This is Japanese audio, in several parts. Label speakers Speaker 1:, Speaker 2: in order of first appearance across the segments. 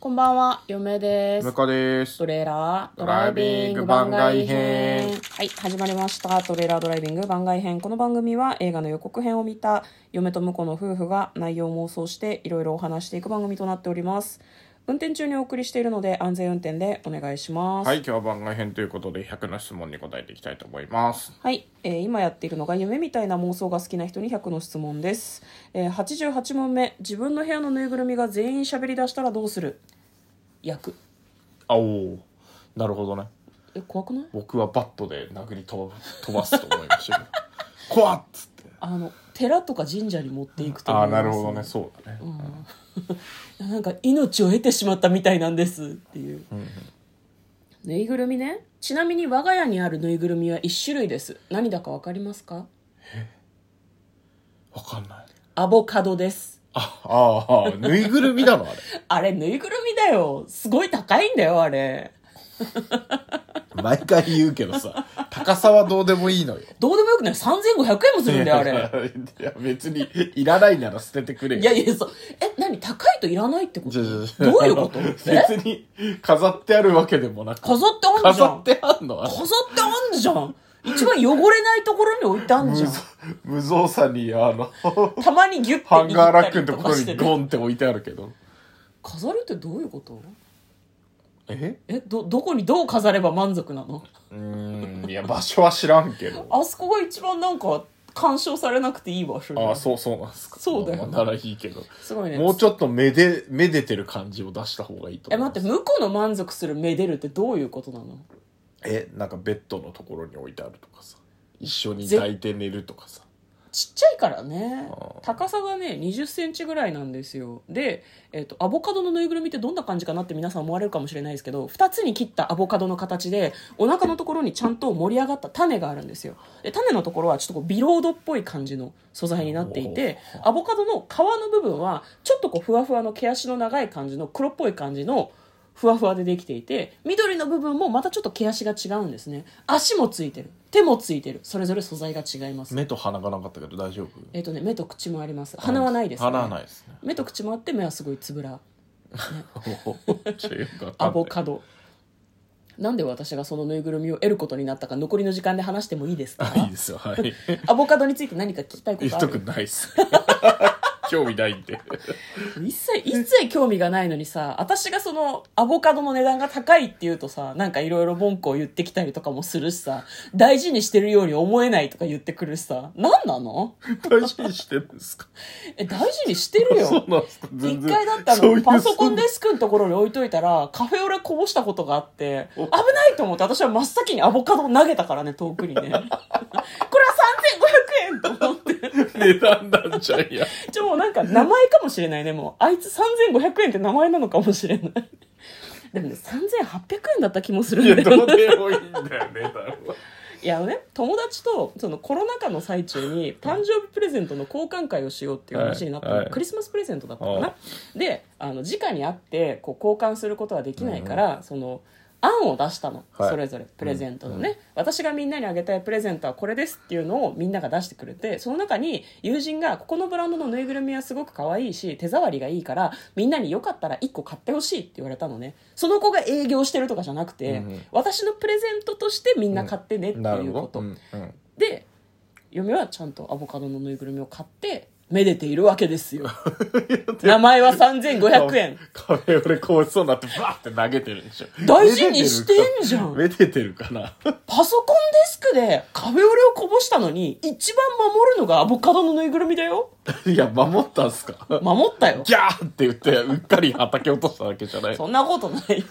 Speaker 1: こんばんは、嫁です
Speaker 2: ム。カです。
Speaker 1: トレーラード
Speaker 2: ド
Speaker 1: ラ
Speaker 2: ラ
Speaker 1: イ
Speaker 2: イ
Speaker 1: ビ
Speaker 2: ビ
Speaker 1: ン
Speaker 2: ン
Speaker 1: グ
Speaker 2: グ
Speaker 1: 番
Speaker 2: 番
Speaker 1: 外
Speaker 2: 外
Speaker 1: 編
Speaker 2: 編。
Speaker 1: はい、始まりました。トレーラードライビング番外編。この番組は映画の予告編を見た嫁と婿の夫婦が内容を妄想していろいろお話していく番組となっております。運転中にお送りしているので安全運転でお願いします。
Speaker 2: はい、今日は番外編ということで100の質問に答えていきたいと思います。
Speaker 1: はい、えー今やっているのが夢みたいな妄想が好きな人に100の質問です、えー88問目自分の部屋のぬいぐるみが全員喋り出したらどうする役
Speaker 2: あおーなるほどね。
Speaker 1: え怖くない
Speaker 2: 僕はバットで殴り飛ば飛ばすと思いま した。怖っつって。
Speaker 1: あの寺とか神社に持っていくと
Speaker 2: あ
Speaker 1: 思
Speaker 2: あ、
Speaker 1: います
Speaker 2: なるほどね。そうだね。
Speaker 1: うんなんか命を得てしまったみたいなんですっていう、ぬいぐるみねちなみに我が家にあるぬいぐるみは1種類です何だかわかりますか
Speaker 2: わかんない。
Speaker 1: アボカドです
Speaker 2: あ、あーあー、ぬいぐるみだろ、あれ。
Speaker 1: あれぬいぐるみだよすごい高いんだよあれ
Speaker 2: 毎回言うけどさ、高さはどうでもいいのよ。
Speaker 1: どうでもよくない3500円もするんだよあれ
Speaker 2: いや、別に、いらないなら捨ててくれよ。
Speaker 1: いやいやそうえ何高いといらないってこと
Speaker 2: じゃ
Speaker 1: ど
Speaker 2: あ
Speaker 1: う
Speaker 2: じゃあじゃあ
Speaker 1: いうことえ
Speaker 2: 別に、飾ってあるわけでもなく。
Speaker 1: 飾ってあんじゃ
Speaker 2: 飾
Speaker 1: ん
Speaker 2: ってあんのあれ
Speaker 1: 飾ってあんじゃん一番汚れないところに置いてあんじゃん
Speaker 2: 無造作にあの
Speaker 1: たまにギュッて
Speaker 2: ハンガー
Speaker 1: 握
Speaker 2: ラ
Speaker 1: っ
Speaker 2: ック
Speaker 1: た
Speaker 2: の
Speaker 1: り
Speaker 2: と
Speaker 1: と
Speaker 2: こ
Speaker 1: か
Speaker 2: ろ
Speaker 1: して
Speaker 2: に
Speaker 1: る
Speaker 2: ゴンって置いてあるけど
Speaker 1: 飾るってどういうこと
Speaker 2: え
Speaker 1: えどどこにどう飾れば満足なの
Speaker 2: うーんいや場所は知らん けど
Speaker 1: あそこが一番なんか干渉されなくていい場所じゃん
Speaker 2: ああそうそうなんですか
Speaker 1: そうだよ
Speaker 2: まあならいい けど
Speaker 1: すごいね
Speaker 2: もうちょっとめでめでてる感じを出した方がいいと
Speaker 1: え
Speaker 2: 思う
Speaker 1: 待って向こうの満足するめでるってどういうことなの
Speaker 2: えなんかベッドのところに置いてあるとかさ一緒に抱いて寝るとかさ
Speaker 1: ちっちゃいからね
Speaker 2: あー
Speaker 1: 高さがね2 0センチぐらいなんですよで、えっとアボカドのぬいぐるみってどんな感じかなって皆さん思われるかもしれないですけど2つに切ったアボカドの形でお腹のところにちゃんと盛り上がった種があるんですよで種のところはちょっとこうビロードっぽい感じの素材になっていてアボカドの皮の部分はちょっとこうふわふわの毛足の長い感じの黒っぽい感じのふわふわでできていて緑の部分もまたちょっと毛足が違うんですね足もついてる手もついてるそれぞれ素材が違います
Speaker 2: 目と鼻がなかったけど大丈夫
Speaker 1: えっ、とね目と口もあります鼻はないです、ね、
Speaker 2: 鼻はないです ね
Speaker 1: 目と口もあって目はすごいつぶら
Speaker 2: ちょっとよくわかんない
Speaker 1: アボカドなんで私がそのぬいぐるみを得ることになったか残りの時間で話してもいいですか
Speaker 2: あいいですよはい
Speaker 1: アボカドについて何か聞きたいこ
Speaker 2: 言
Speaker 1: と
Speaker 2: っ
Speaker 1: あ
Speaker 2: とく
Speaker 1: る
Speaker 2: ない っす興味ないんで
Speaker 1: 一切一切興味がないのにさ私がそのアボカドの値段が高いって言うとさなんかいろいろ文句を言ってきたりとかもするしさ大事にしてるように思えないとか言ってくるしさ何なの
Speaker 2: 大事にしてるんですか
Speaker 1: え大事にしてるよ
Speaker 2: そうなんですか全
Speaker 1: 一
Speaker 2: 然
Speaker 1: 回だった
Speaker 2: そうい
Speaker 1: の
Speaker 2: う
Speaker 1: パソコン
Speaker 2: そんな
Speaker 1: デスクのところに置いといたらカフェオレこぼしたことがあって危ないと思って私は真っ先にアボカドを投げたからね遠くにね これは3500円と思って
Speaker 2: 値段なんじゃんや。
Speaker 1: じゃあもうなんか名前かもしれないねもうあいつ3500円って名前なのかもしれないでもね3800円だった気もする
Speaker 2: い
Speaker 1: んだ
Speaker 2: や、
Speaker 1: よね
Speaker 2: どうでもいいんだよ、値段は。
Speaker 1: いやあのね友達とそのコロナ禍の最中に誕生日プレゼントの交換会をしようっていう話になったの、
Speaker 2: はいはい
Speaker 1: クリスマスプレゼントだったか
Speaker 2: お
Speaker 1: な
Speaker 2: う
Speaker 1: であの直に会ってこう交換することはできないから、その案を出したの、
Speaker 2: はい
Speaker 1: それぞれプレゼントのね、私がみんなにあげたいプレゼントはこれですっていうのをみんなが出してくれてその中に友人がここのブランドのぬいぐるみはすごく可愛いし手触りがいいからみんなによかったら1個買ってほしいって言われたのねその子が営業してるとかじゃなくて、
Speaker 2: うんうん
Speaker 1: 私のプレゼントとしてみんな買ってねって
Speaker 2: な
Speaker 1: いう
Speaker 2: る
Speaker 1: こ
Speaker 2: ほ
Speaker 1: と、
Speaker 2: ど。うんうん
Speaker 1: で嫁はちゃんとアボカドのぬいぐるみを買ってめでているわけです よ名前は3500円。
Speaker 2: カフェオレこぼしそうになって、バーって投げてるでしょ。
Speaker 1: 大事にしてんじゃん
Speaker 2: めでてるかな。
Speaker 1: パソコンデスクでカフェオレをこぼしたのに一番守るのがアボカドのぬいぐるみだよ
Speaker 2: いや、守ったんすか
Speaker 1: 守ったよ
Speaker 2: ギャーって言って、うっかり畑落としただけじゃない。
Speaker 1: そんなことないよ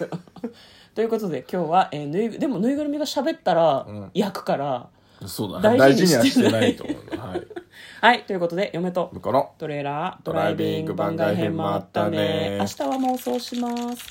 Speaker 1: ということで今日は、えーぬいぐでもぬいぐるみが喋ったら
Speaker 2: ん
Speaker 1: 焼くから、
Speaker 2: そうだ
Speaker 1: 大
Speaker 2: ね。大
Speaker 1: 事に
Speaker 2: 事には
Speaker 1: し
Speaker 2: してて
Speaker 1: な
Speaker 2: ないいと思うな。はい。
Speaker 1: はいということで嫁と
Speaker 2: だから、
Speaker 1: トレーラード
Speaker 2: ドライビング番外編もあったね
Speaker 1: 明日は妄想します